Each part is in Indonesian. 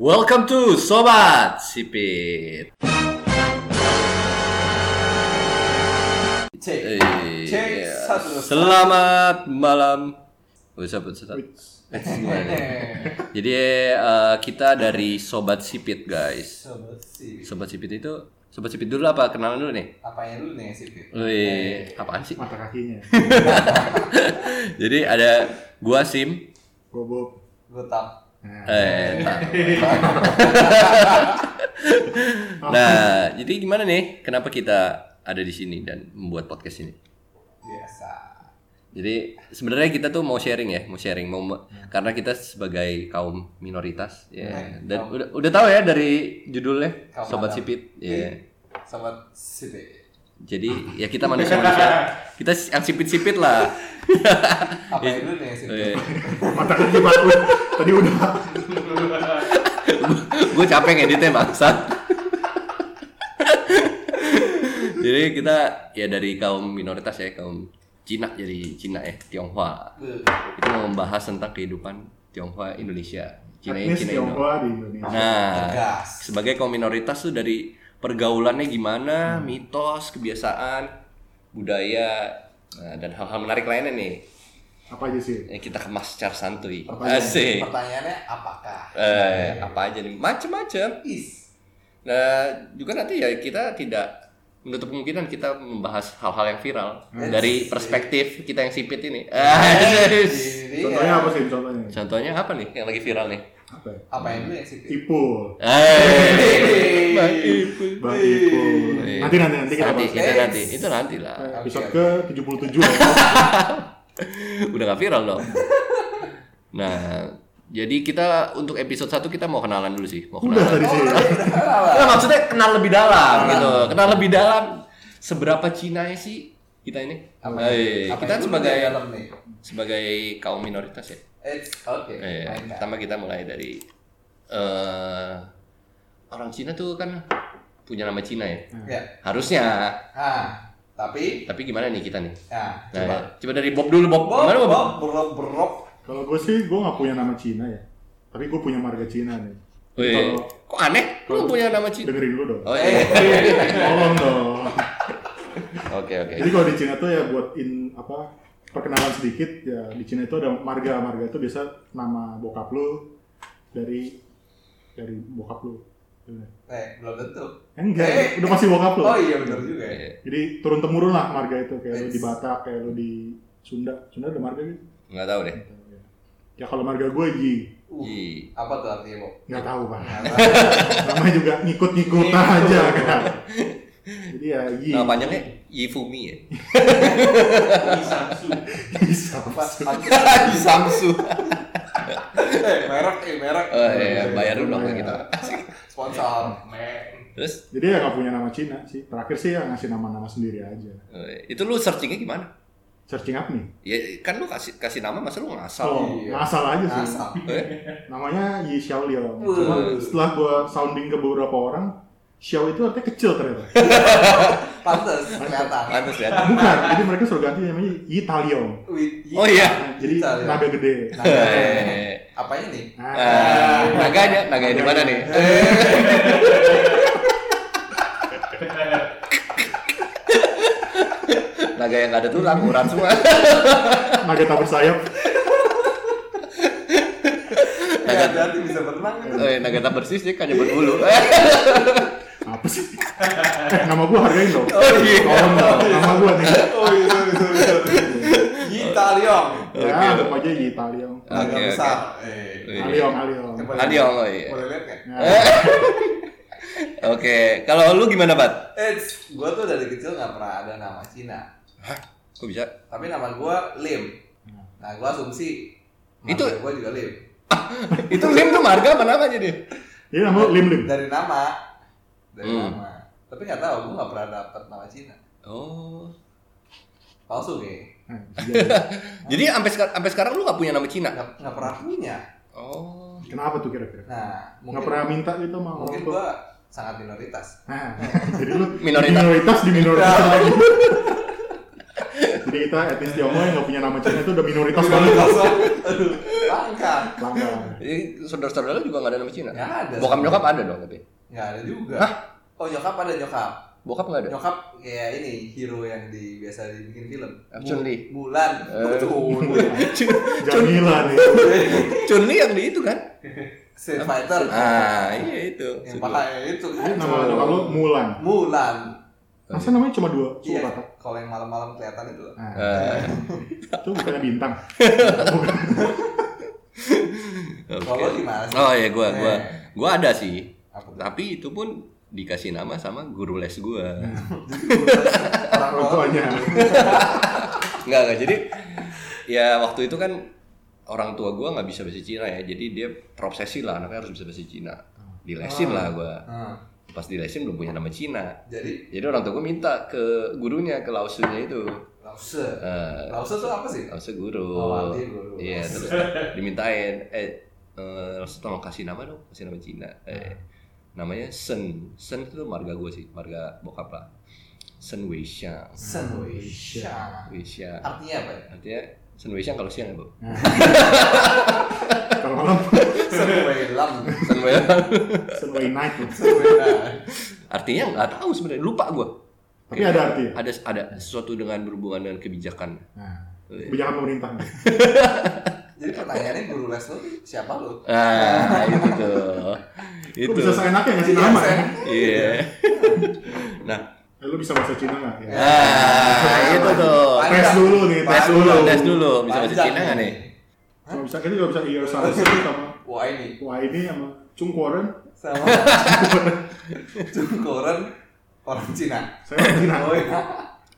Welcome to Sobat Sipit. Cek. Eh, Cek iya. satu. Selamat malam. Oh, sobat, sobat. Jadi eh, kita dari Sobat Sipit guys. Sobat sih. Sobat Sipit itu Sobat Sipit dulu apa kenalan dulu nih? Apanya dulu nih sih? Fit? Mm. Wih, apaan sih? mata kakinya Jadi ada gua Sim. gobok Gue tau. Eh, tak. nah, jadi gimana nih? Kenapa kita ada di sini dan membuat podcast ini? Biasa. Jadi sebenarnya kita tuh mau sharing ya, mau sharing mau me- karena kita sebagai kaum minoritas ya. Hmm. Dan Kaum- udah udah tahu ya dari judulnya Kaum Sobat Adam. Iya. Sipit ya. Sobat sih. Jadi ya kita manusia-manusia kita s- yang sipit-sipit lah. Apanya dulu nih sih? Eh, mata kaki batu tadi udah Gue capek ngeditnya bangsa. jadi kita ya dari kaum minoritas ya, kaum Cina jadi Cina ya, Tionghoa. Itu mau membahas tentang kehidupan Tionghoa Indonesia. Cina etnis Cina Indo. tionghoa di Indonesia Nah, Gas. sebagai kaum minoritas tuh dari pergaulannya gimana, mitos, kebiasaan, budaya, nah, dan hal-hal menarik lainnya nih apa aja sih yang kita kemas secara santuy. Pertanyaan. Asik. Pertanyaannya apakah? Eh, apa aja nih? Macem-macem. Is. Nah, juga nanti ya kita tidak menutup kemungkinan kita membahas hal-hal yang viral Hmm. dari perspektif kita yang sipit ini. Asik. Jadi, contohnya ya, apa sih contohnya Contohnya apa nih yang lagi viral nih? apa ya? Apa yang dulu nih sih? Fit? tipu Eh, Hei. Bang Ipul. bang tipu Iya. nanti nanti nanti kita nanti, bahas kita nanti, itu nanti lah. episode ke 77 ya. Udah gak viral dong. Nah, jadi kita untuk episode 1 kita mau kenalan dulu sih, mau udah kenalan. tadi sih Nah, maksudnya kenal lebih dalam gitu. Kenal lebih dalam seberapa Cina sih kita ini? Eh, Apa kita yang dulu sebagai nih dalam nih? sebagai kaum minoritas ya. It's okay. Eh, Fine, fine. pertama kita mulai dari eh orang Cina tuh kan punya nama Cina ya. Ya. Harusnya. Ah, tapi Tapi gimana nih kita nih? nah, Nah, coba. coba dari Bob dulu, Bob. Bob, Gimana, Bob? Bob, berok, berok. kalau gue sih gue nggak punya nama Cina ya tapi gue punya marga Cina nih Wih, Kalau- kok aneh? Lu punya nama Cina? dengerin dulu dong Oh iya. tolong dong Oke, oke. gitu. jadi kalau di Cina tuh ya buat in apa perkenalan sedikit ya di Cina itu ada marga marga itu biasa nama bokap lu dari dari bokap lu Eh, belum tentu. Enggak, Eh. udah masih bokap lu. Oh iya benar juga. ya. Iya. Jadi turun temurun lah marga itu kayak lu Yes. di Batak, kayak lu di Sunda. Sunda ada marga gitu? Nggak tahu deh. Ya kalau marga gue Ji, Uh, Ih. apa tuh artinya, Bob? nggak tahu pak. Apa? Namanya juga ngikut-ngikutan Ngikut. aja kan. Jadi ya Ji. Nama panjangnya Yifumi ya. Apa? Di Samsu. Eh, merek, eh, merek. Oh iya, bayar dulu dong kita. Sponsor. Men. Terus Jadi ya nggak punya nama Cina sih. Terakhir sih ya ngasih nama-nama sendiri aja. eh, itu lu searchingnya gimana? Searching up nih. Ya kan lu kasih kasih nama masa lu ngasal. Oh, iya. ngasal aja sih. Asal. Eh, Namanya Yi Xiao Liang. Cuma Wuh. setelah gue sounding ke beberapa orang, Xiao itu artinya kecil ternyata. Pantes, kelihatan. Pantes ya. Bukan, jadi mereka suruh ganti namanya Yi Taliong. With you. Oh iya. Nah, jadi Italian. naga gede. Nah, Eh, apa ini? Nah, eh, naganya, naganya di mana nih? Naga yang nggak ada tulang, urat semua. naga tak bersayap. Nggak berarti bisa berenang. gitu. Eh, naga tak bersih dia kan nyebut bulu. Apa sih? Eh, nama gua hargain dong. Oh iya. Tolong dong, nama gua nih. Oh iya, sorry, sorry, sorry. Gita Leong. Ya, Oke. anggap aja Yi Taliong. Agak Oke, besar. oke. Eh. Aliong, aliong. Coba Tadi lihat. Allah iya. Boleh lihat nggak? Nah, Oke, kalau lu gimana, Pat? Eh, gue tuh dari kecil nggak pernah ada nama Cina. Kok bisa? Tapi nama gue Lim. Nah, gue asumsi Itu- gue juga Lim. Itu lim tuh marga apa namanya dia? Jadi nama lu Lim Lim. Eh. Dari nama, dari Hmm. nama. Tapi nggak tahu, gue nggak pernah dapet nama Cina. Oh. Palsu nih, Nah, jadi, Jadi sampai sekar- sampai sekarang lu gak punya nama Cina? nggak nggak pernah punya. Oh. Kenapa tuh kira-kira? Nah, Nggak mungkin pernah minta gitu sama orang mungkin tua. gue sangat minoritas. Nah, jadi lu Minoritas. Iya. minoritas di minoritas Nah. lagi. Jadi kita etnis Tionghoa yang nggak punya nama Cina itu udah minoritas Iya. banget. Kasar. Aduh, langka. Langka. Jadi saudara-saudara lu juga nggak ada nama Cina? Nggak ada. Bokap nyokap ada dong tapi? Nggak ada juga. Hah? Oh nyokap ada nyokap. Bokap nggak ada? Nyokap kayak ini hero yang di biasa dibikin film. Ah, Chun-Li. Bu- Mulan. Eh. Betul. Jamila nih. Iya. Chun-Li yang di itu kan? Street Fighter. Ah, iya itu. Yang pakai itu Jadi kan. nama nama lu Mulan. Mulan. Masa namanya cuma dua? Iya. Suku kata. Kalau yang malam-malam kelihatan itu. Nah, Eh, itu bukannya bintang. oke. Kalau lu gimana sih? Oh ya, gua gua Eh. gua ada sih. Apa tuh? Tapi itu pun dikasih nama sama guru les gua. Orang Orang tuanya. Enggak, enggak. Jadi ya waktu itu kan orang tua gua nggak bisa bahasa Cina ya. Jadi dia terobsesi lah anaknya harus bisa bahasa Cina. Dilesin lah gua. Hmm. Pas dilesin belum punya nama Cina. Jadi Jadi orang tua gua minta ke gurunya, ke lausunya itu. lause. Eh, Lause tuh apa sih? Lause guru. Oh, artinya guru. Iya, terus dimintain eh eh, Lause tolong kasih nama dong, kasih nama Cina. Eh, namanya Sen. Sen itu marga gua sih, marga bokap lah. Sen Weisha. Senwisha. Weisha. Artinya apa ya? Artinya Sen Weisha kalau siang ya, Bu. Kalau malam Senwelam. Sen Weisha. Sunway Night. loh. Senwelam. Artinya nggak tahu sebenarnya, lupa gua. Tapi ada artinya. Ada ada Iya. sesuatu dengan berhubungan dengan kebijakan. Nah, kebijakan pemerintah. Jadi pertanyaannya guru les lu tuh siapa lu? Ah, itu tuh. Lu itu. bisa seenaknya ngasih nama ya? Iya. Nah, Eh, Lu bisa bahasa Cina nggak? Iya. Ya. ah, itu tuh. Tes dulu nih, tes Tes dulu. dulu, tes dulu. Bisa bahasa Iya. Panjang Cina nggak nih? Cuma bisa, kita juga bisa ear sound sama Wah ini Wah ini sama Chung Kuoren, sama Cungkoren orang Cina. saya orang Cina. Oh iya.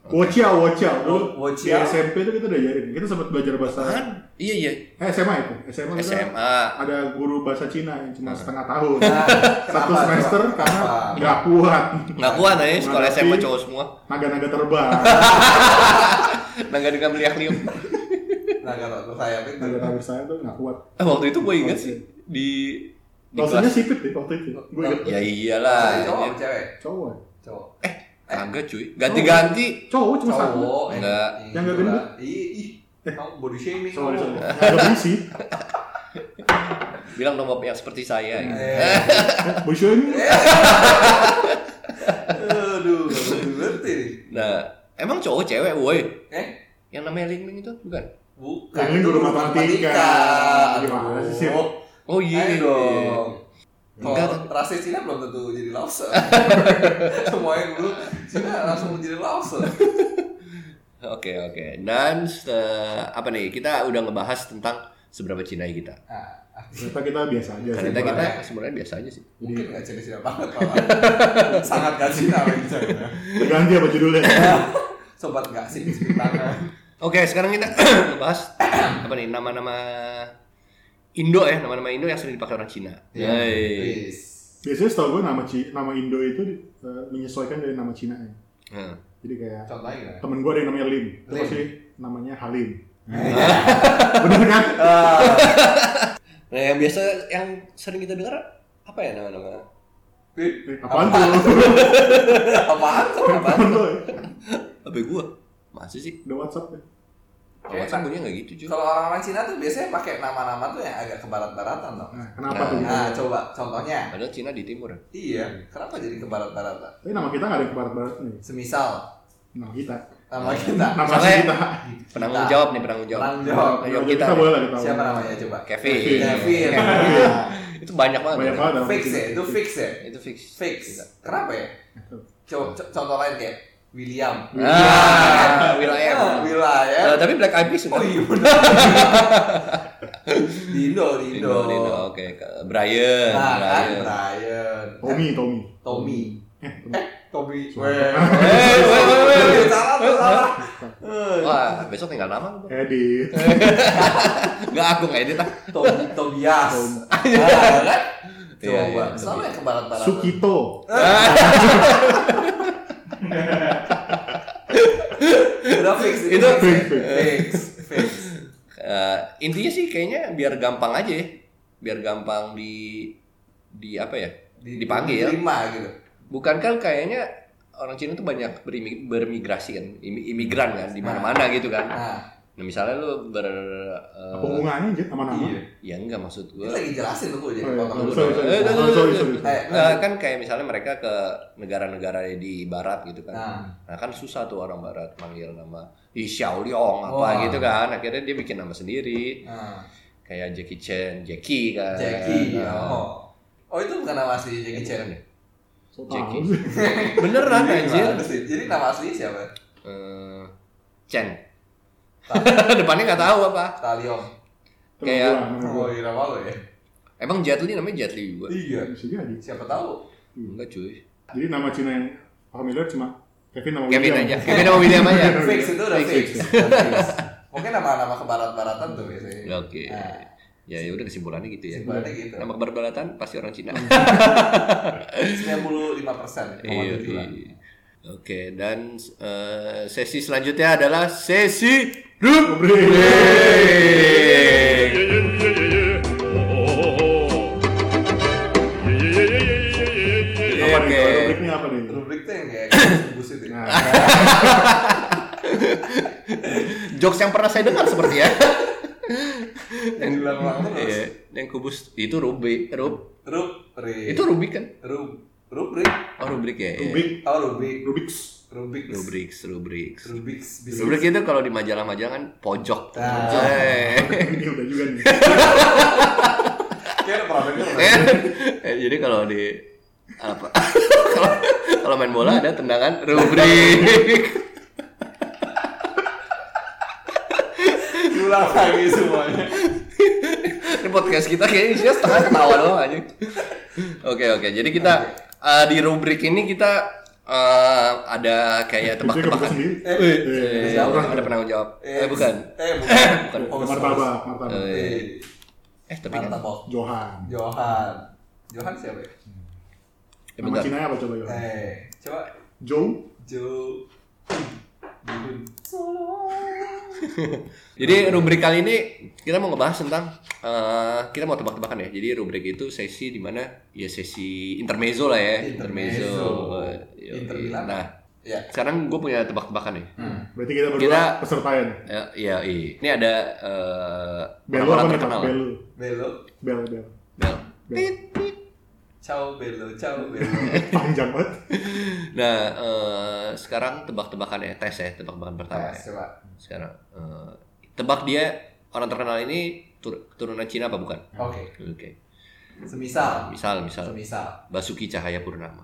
Wocia, Wocia. Dulu Wo di Chiao. SMP itu kita diajarin. Kita sempat belajar bahasa. Kan? Iya iya. Eh SMA itu, SMA kita SMA. ada guru bahasa Cina yang cuma setengah tahun. Nah, Satu kenapa? semester Coba. karena Kenapa? nggak kuat. Nggak kuat nih sekolah Menghadapi SMA cowok semua. Naga-naga terbang, Nangga dengan meliak liuk. Nah, kalau tuh saya itu naga tabur saya tuh nggak kuat. Ah, Waktu itu gue inget sih di di Dosennya kelas. sipit deh waktu itu. Gue inget Ya Maksudnya iyalah. cowok Eh. Oh. ya. apa cewek? cowok. Cowok. Kagak cuy. Ganti-ganti. Cowok cuma satu. Cowok. eh, Enggak. ih, Yang nggak gila. gendut. Eh. Ih, ih. Kamu body shaming. Sorry, kamu. sorry. Nggak ada berisi. Bilang dong bapak yang seperti saya. gitu. Eh, Bosho ini aduh, nggak ngerti nih. Nah, emang cowok cewek woi. Eh, Yang namanya Ling Ling itu bukan? bukan. Yang ini Itu guru matematika. Aduh. kan? Gimana sih, Sip? Oh iya. Ayo dong. Enggak. Kalau rasa Cina belum tentu jadi lobster. Semuanya dulu Cina langsung jadi lobster. Nah, Oke oke. Dan eh, apa nih? Kita udah ngebahas tentang seberapa Cina kita. Nah, ternyata kita biasa aja sih. Ternyata kita Sebenarnya. sebenarnya biasa aja sih. mungkin nggak Cina-Cina banget malah. Sangat gak Cina lagi Cina. Ganti apa judulnya? Sobat nggak sih di tangan. Oke, sekarang kita ngebahas apa nih nama-nama Indo ya, nama-nama Indo yang sering dipakai orang Cina. Iya. Yeay. Please. Biasanya setahu gue nama Ci- nama Indo itu eh, menyesuaikan dari nama Cina nya. Nah. Jadi kayak Contohnya gimana? temen gue ada yang namanya Lim, itu Lim. pasti namanya Halim. Bener kan? Ah, Nah, yang biasa yang sering kita dengar apa ya nama-nama? Ih, Eh, apaan tuh? Apaan tuh? Apaan tuh? Apa gua? Masih sih. Udah WhatsApp ya? Kalau Enak. bunyinya nggak gitu cuy. Kalau orang-orang Cina tuh biasanya pakai nama-nama tuh yang agak ke barat-baratan loh. Nah, kenapa tuh? Nah, coba contohnya. Padahal Cina di timur. ya. Iya, kenapa jadi ke barat-baratan? Tapi nama kita nggak ada yang kebarat-barat nih. Semisal Nama kita. nama kita Nama Soalnya- asli kita. Penanggung Kita. jawab nih penanggung jawab. Tanggung jawab. Ayo Nama kita. kita boleh lah kita. Siapa namanya coba? Kevin. Kevin. Itu banyak banget. Banyak banget. nama Fix kita. ya, itu fix ya. Itu fix. Fix. Kenapa ya? Co- co- contoh lain kayak William. Ah, wilayah. Ah, Will.i.am. Eh, tapi Black Eyed Peas Oh sudah. iya benar. Dino, Dino. Dino, Dino. Oke, ke- Brian, Nah, kan Brian. Brian. Tommy, Tommy. Tommy. Eh, Tommy. Eh, Tommy. Sorry. Weh. Eh, weh, weh, weh, weh. Salah, tuh, salah. Eh, Wah, besok tinggal nama lu. Edit. Enggak aku enggak edit ah. Tommy Tobias. Tom. Ah, kan? Iya, iya, Coba. Tobias. Sama yang ke barat-barat. Sukito. Udah fix Itu fix. fix, fix. Fix. Fix. Eh, intinya sih kayaknya biar gampang aja ya. Biar gampang di di apa ya? Dipanggil. Lima gitu. Bukan kan kayaknya orang Cina tuh banyak berimi- bermigrasi kan, imi- imigran kan, di mana-mana gitu kan. Nah, Nah misalnya lu ber, eh, Penggungaannya anjir nama-nama. Iya. ya enggak maksud ini gue. lagi jelasin tuh gue jadi Oh, iya. potong dulu. Sorry, sorry, Eh, eh, sorry, eh, sorry, sorry, sorry. Eh, Nah kan kayak misalnya mereka ke negara-negara di barat gitu kan. Nah. Nah, kan susah tuh orang barat manggil nama di Xiaoliong apa Wah. gitu kan. Akhirnya dia bikin nama sendiri. Nah, Kayak Jackie Chan, Jackie kan. Jackie. Nah. Oh. Oh itu bukan nama asli Jackie Chan. Iya. Bukan ya? So tau Jackie. sih. Beneran Jadi anjir. gimana sih? Jadi nama asli siapa? Eh, Chen. Depannya nggak tahu apa. Talion. Temen Kayak- gua, temen gua. Oh, iya nama lo ya. Emang Jet Li namanya Jet Li juga? Iya. Bisa jadi. Siapa tahu? Enggak cuy. Jadi nama Cina yang familiar cuma Kevin nama Kevin aja. William. Kevin sama William aja. Fix itu udah Fix, fix. fix. Udah fix. Mungkin nama-nama kebarat-baratan tuh biasanya. Oke. Nah, Ya ya udah kesimpulannya gitu ya. Kesimpulannya gitu. Nama keberbalatan pasti orang Cina. 95% Iya. iya. Oke, dan eh, sesi selanjutnya adalah sesi rubrik. Apa nih? Oke. Kalau Rubriknya apa nih? Rubrik tuh yang kayak busut ya. Nah, Jokes yang pernah saya dengar seperti ya. Yang diulang-ulang terus. Iya, yang kubus itu rubrik, rub, Rubrik. itu rubrik kan? Rub rubrik. Oh rubrik ya. iya. Rubik, Oh, rubrik. Rubiks. Rubik. Rubrik. Rubrik, rubrik. Rubik. Rubrik itu kalau di majalah-majalah kan pojok. Nah. Eh. Ini udah juga nih. Kayak gitu, pernah denger. Eh, eh, jadi kalau di apa? Kalau- kalau main bola ada tendangan rubrik. Diulang lagi semuanya. Ini podcast kita kayaknya isinya setengah ketawa doang aja. Oke oke, jadi kita eh, di rubrik ini kita eh, ada kayak Itu yang kebuka tebak-tebakan. sendiri. Eh, Eh, Eh, siapa? ada penanggung jawab? Eh, Eh, bukan. Eh, bukan. Bukan. Host, Martabak, host. Martabak. Oh, Eh, Eh, eh tapi kan. Martabak. Johan. Johan. Johan siapa ya? Eh, Nama bentar. Cina apa coba Johan? Eh, coba Joe. Joe. Jadi rubrik kali ini kita mau ngebahas tentang eh, kita mau tebak-tebakan ya. Jadi rubrik itu sesi di mana ya sesi intermezzo lah ya. Intermezzo. Eh, yoi. Inter Milan. Nah, Ya. sekarang gue punya tebak-tebakan nih. Hmm. Berarti kita berdua Kita- peserta ya. nih? Ya, iya, iya. Ini ada eh Belo orang-orang apa nih? terkenal Pak? lah. Belo. Belo. Bel, bel. Bel. Bel. Tit, tit. Ciao Belo, ciao Belo. Panjang banget. Nah, eh, sekarang tebak-tebakan ya, tes ya, tebak-tebakan pertama. Nah, ya. coba. Sekarang eh, tebak dia orang terkenal ini tur- keturunan Cina apa bukan? Oke. Oke. Semisal. Misal, misal Semisal. Basuki Cahaya Purnama.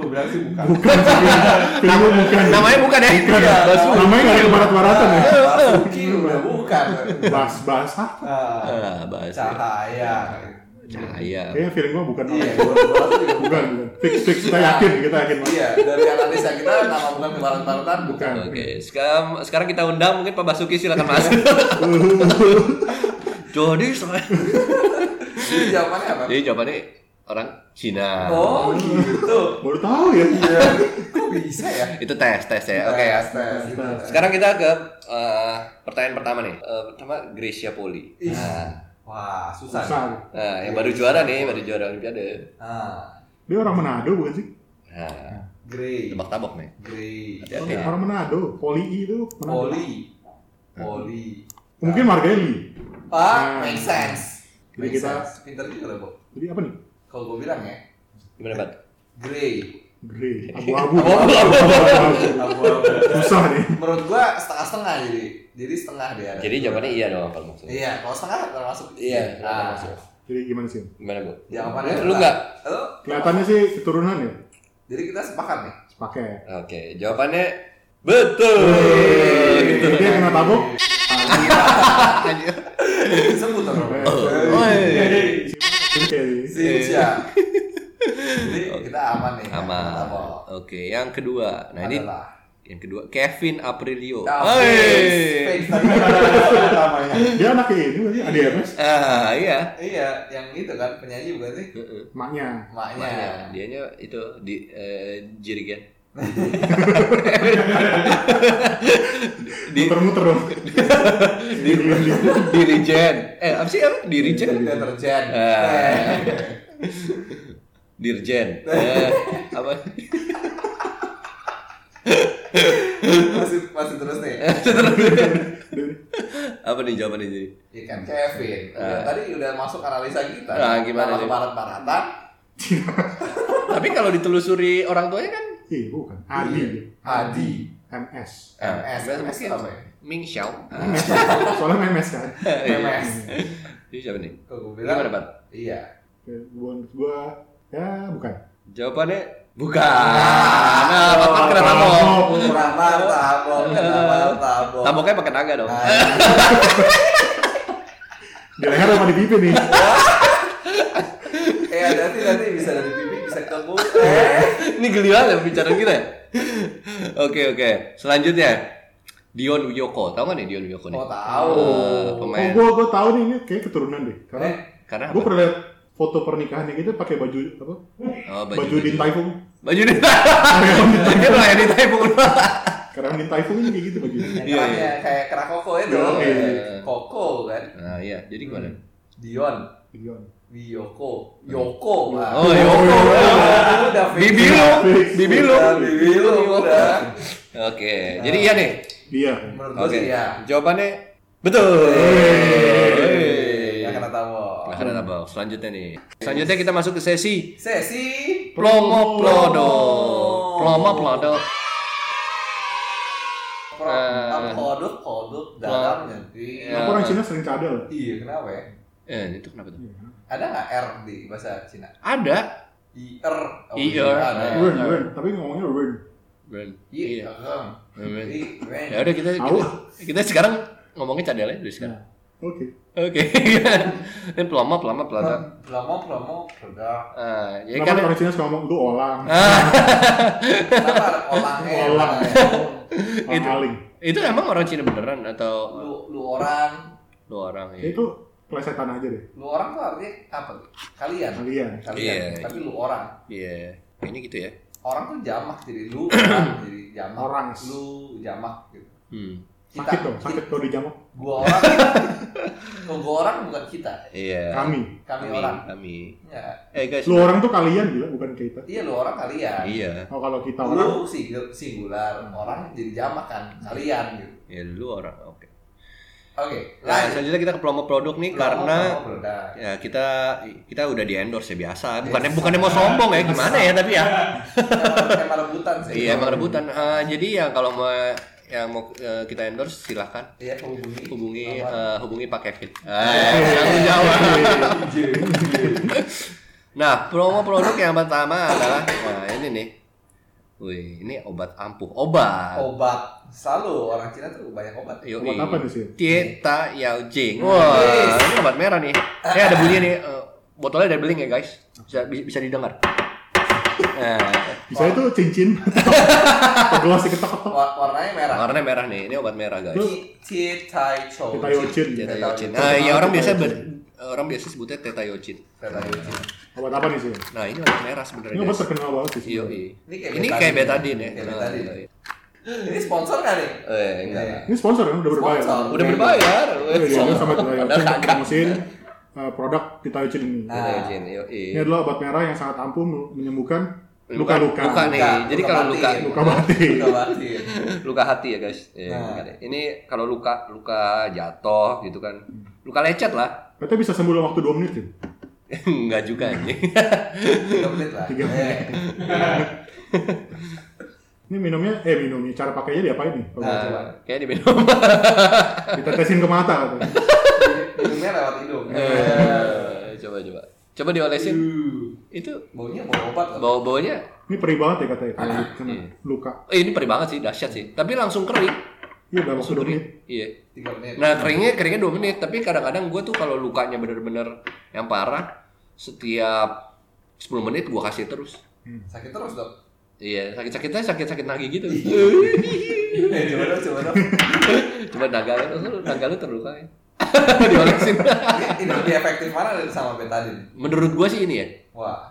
Gue bilang sih bukan. Belo bukan. Namanya bukan ya? Iya. Basuki. Namanya nggak ada barat-baratan ya. Ah, Basuki udah bukan. Bahas, bahas apa? Ah, Ah, Basuki. Cahaya. Cahaya. Kayaknya feeling gua bukan. Iya, gua- gua rasa juga Bukan, bukan. Fix, fix. Kita yakin, kita yakin. Mas. Iya, dari analisa kita nama bukan kebarat-baratan bukan. Bukan. Oke, sekarang sekarang kita undang mungkin Pak Basuki silakan masuk. Jadi saya Jadi jawabannya apa? Jadi jawabannya orang Cina. Oh, gitu. Baru tahu ya. Iya. Kok bisa ya? Itu tes tes ya. Oke. Tes, tes, gitu. Sekarang kita ke eh, pertanyaan pertama nih. Eh, pertama Gracia Poli. Ih. Nah, Wah, susah. ya. Susah. nah, yang baru juara nih, baru juara Olimpiade. Ah, Dia orang Manado bukan sih? Nah, Grey. tebak-tabok nih. Grey. Hati-hati. Ya. Orang Manado. Poli itu Manado. Poli. Poli. Mungkin marganya Li. Nah. Ah, Ah. make sense. Jadi Make kita- sense. Pintar juga lah, Bo. Jadi apa nih? Kalau gue bilang ya, Gimana, Bat? Grey. Grey. Abu-abu. Abu-abu. Abu-abu. Abu-abu. Susah nih. Menurut gua setengah-setengah jadi. Jadi setengah dia. Jadi jawabannya iya dong kalau maksudnya. Iya, kalau setengah termasuk. Ah. Nah, Jadi gimana sih? Gimana, Bu? jawabannya Lu enggak? Lu? Kelihatannya sih keturunan ya. Jadi kita sepakat nih. Pakai. Oke, jawabannya betul. Gitu. Dia Iya, kena tabok. Sebut dong. Bro. Oh. Woi. Oke. Eh. Siap. ya. Jadi kita aman nih. Sama. Apa? Oke, yang kedua. Nah, ini Oh. Adalah. yang kedua Kevin Aprilio. Hey. Hey. namanya. Dia anak ini bukan sih? ADMS. Ah, iya. Iya, yang itu kan penyanyi bukan sih? Maknya. Iya. Makanya Maknya. dianya itu di eh, jirigen. di Muter-muter dong. di kan dirijen. Eh, apa sih apa? Dirijen. Deterjen. Ah. Dirjen. Eh, apa? masih masih terus nih Apa nih jawabannya jadi? ya kan Kevin Udah- tadi udah masuk analisa kita Nah, Eh. gimana nih? barat baratan Tapi kalau ditelusuri orang tuanya kan Ih, bukan. Adi. Adi MS. Eh, MS MS mungkin Ah, apa ya Hmm. Ming Xiao. Soalnya MS kan. Iya. MS Jadi siapa Ah, nih? Kok gue bilang iya. Gimana, Pak? iya Kayak Gua, gua ya bukan. Jawabannya bukan. Ah. Nah, Bapak kena tabok. kurang tabok kurang tabok Taboknya pakai naga Nah, dong. Ah. iya. Di leher sama di pipi nih. eh nanti nanti bisa dari pipi bisa ke mulut eh Ini geli banget ya bicara kita. ya. Oke oke. Selanjutnya Dion Wiyoko. Tahu nggak nih Dion Wiyoko nih? Oh, tahu. Eh, Oh, pemain. gua gua tahu nih ini kayak keturunan deh. Karena Karena Eh, apa? gua pernah lihat foto pernikahannya gitu pakai baju apa? Oh, Baju, di Taifung. Baju di Dia malah yang di Taipung doang. Karena di Taifung ini kayak gitu bajunya. yang Iya, keraknya iya. kayak kerak koko itu Iya, iya. koko kan Nah iya. Jadi gimana? Dion Dion. Wiyoko Yoko Wah. Oh Yoko. udah fix. Bibi lu. Bibi lu. Udah, bibi lu udah Oke. Jadi iya nih. Dia. menurut gue Oke. sih ya Jawabannya betul. ya Hey. kena tahu Nah, karena tabok. Selanjutnya nih. Selanjutnya kita masuk ke sesi sesi Plomo Plodo. Plomo Plodo. pro Eh. kodok kodok dalam nanti Ya. Aku orang Cina sering cadel. iya kenapa ya Eh, itu kenapa tuh? ada nggak r di bahasa Cina Ada. i r oh, I, iya, er. ada ya. Ren, Ren. Tapi ngomongnya Ren. Brand. iya Iya. em. Brand. I, ren. Ya udah kita, Tahu. kita kita sekarang ngomongin cadelnya dari sekarang. Oke. Oke. Ini pelama pelama pelama. plomo plomo produk Ah, ya Kenapa kan. orang Cina suka ngomong lu olang, kenapa ada orang eh Olang. orang Itu. aling. Itu emang orang Cina beneran atau lu lu orang lu orang Ya ya? itu pelesetan aja deh. lu orang tuh artinya apa tuh? kalian Kalian. kalian Iya. tapi lu orang Iya. Ini gitu ya. orang tuh jamak jadi lu orang jadi jamak Orang. lu jamak gitu Hmm. kita Sakit dong, sakit kalau dijamuk. gua orang kalau gua orang bukan kita Iya. Kami. kami, orang Kami. ya Eh guys. Lu orang tuh kalian gila, bukan kita. iya lu orang kalian Iya. Oh kalau kita orang, lu sing- singular orang jadi jamak kan kalian gitu Ya lu orang. Oke. oke Nah, lanjut selanjutnya kita ke promo produk nih karena Ngomong produk. ya kita kita udah di endorse ya biasa bukannya bukannya mau sombong ya gimana ya tapi ya Emang- emang rebutan sih iya emang rebutan Eh, jadi ya kalau mau yang mau eh, kita endorse silahkan iya hubungi hubungi Apa? eh, hubungi Pak Kevin Eh, tanggung jawab Iya. Iya. nah promo produk yang pertama adalah nah ini nih Wih, ini obat ampuh. Obat. obat selalu orang Cina tuh banyak obat Yoi. Obat apa nih, Sil? Tieta Yao Jing. Wah, Yes. ini obat merah nih. Eh ada bunyi nih. eh, botolnya dari beling ya guys. Bisa bisa, bisa didengar. Nah, bisa itu cincin, atau gelas diketok-ketok. Wa- warnanya merah warnanya merah nih. Ini obat merah guys. Cie Tai Cho Kita yocin. Teta Teta Yocin. Yocin. Nah, ya orang biasa Teta ber, orang biasa sebutnya Teta Yocin. Obat apa nih, Sil? Nah, ini obat merah Ini sebenarnya. obat guys. terkenal banget sih. Iya, sebenarnya. iya. Ini kayak Ini betadine. kayak betadine ya. Kayak Nah, betadine. iya, iya. Ini sponsor nggak nih? Eh, enggak. Iya. Ini sponsor kan, udah berbayar. Sponsor. Udah berbayar. Iya, iya, ini sama kita Udah Yocin kagak. promosiin eh, produk kita Yocin ini. Nah. Teta Yocin, iya, Ini iya. adalah obat merah yang sangat ampuh menyembuhkan luka-luka. Luka nih. Luka, Jadi luka kalau batin. luka Luka batin. Udah batin. luka hati ya guys. Iya, Nah. bukan ya. Ini kalau luka luka jatuh gitu kan, luka lecet lah. Katanya bisa sembuh dalam waktu 2 menit, Sil. Enggak juga anjing. Tiga menit lah. Tiga Eh, Ini minumnya, eh minumnya, cara pakainya diapain nih? Kalau Nah. boleh? Kayak diminum. Ah. Ditetesin ke mata katanya. Minumnya lewat hidung. Eh, coba coba. Coba diolesin. Uh, Itu Baunya bau obat loh. bau-baunya Ini perih banget ya katanya, kalau kena Iya. luka. Eh, ini perih banget sih, dahsyat sih. Tapi langsung kering. Iya, dalam waktu 2 menit. Iya. Tiga menit. Nah keringnya keringnya dua menit. Tapi kadang-kadang gue tuh kalau lukanya bener-bener yang parah, setiap 10 menit gue kasih terus. Sakit terus dok. Iya, sakit-sakitnya sakit-sakit nagi gitu. Eh, coba dong, coba dong. Coba naga lu, naga lu terluka ya. Diolesin. Ini- Ini lebih efektif mana dari sama betadine? Menurut gue sih ini ya. Wah.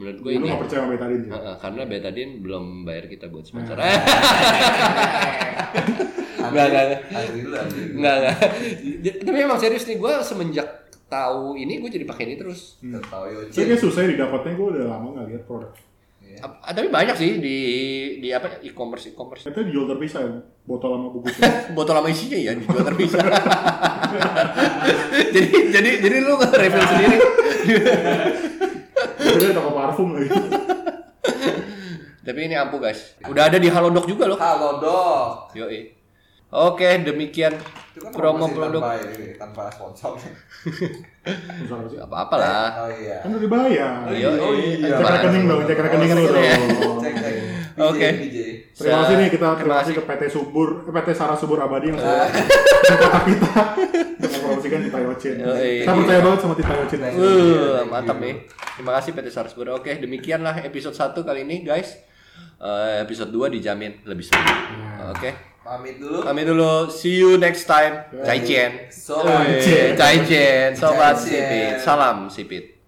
Menurut gue Iya, Lu ini. ya. Ah. nggak percaya Nah. sama betadin sih? Heeh, karena Betadine belum bayar kita buat sponsor. Antri- Nggak, nggak, nggak. antri dulu, antri dulu. Enggak, enggak. Tapi emang serius nih, gue semenjak tahu ini gue jadi pakai ini terus. Tahu Saya Yojin. kayak susah ya didapatnya, gue udah lama nggak lihat produk. Iya. Ap- ah, tapi banyak sih di di apa e-commerce e-commerce. Ternyata dijual terpisah ya, botol sama bungkusnya. Botol sama isinya ya dijual terpisah. jadi jadi jadi lu refill sendiri. Jadi toko parfum lagi. tapi ini ampuh guys. Udah ada di Halodoc juga loh. Halo dok. Yoi. Oke, demikian Itu kan promo promosi produk. tanpa ini, tanpa sponsor. Susah apa sih? Gak apa-apa lah. Oh iya. Kan udah dibayar. Ah. Iya. Oh, iya. Cek rekening dong, cek rekening lu Oh, dong. iya. Cek cek. DJ, Oke. DJ. Terima kasih nih kita terima Terima kasih ke kasih. PT Subur, eh, PT Sara Subur Abadi yang sudah mencetak kita mempromosikan Tita Yocin. Yoi. Kita percaya banget sama Tita Yocin. Uh, mantap nih. Terima kasih PT Sarsbura. Oke, demikianlah episode 1 kali ini guys. Eh, episode 2 dijamin lebih seru. Oke. Pamit dulu. Kami dulu see you next time. Cai Cien. Sobat. Eh, Cai Cien. Sobat Cai Sipit. Cien. Salam Sipit.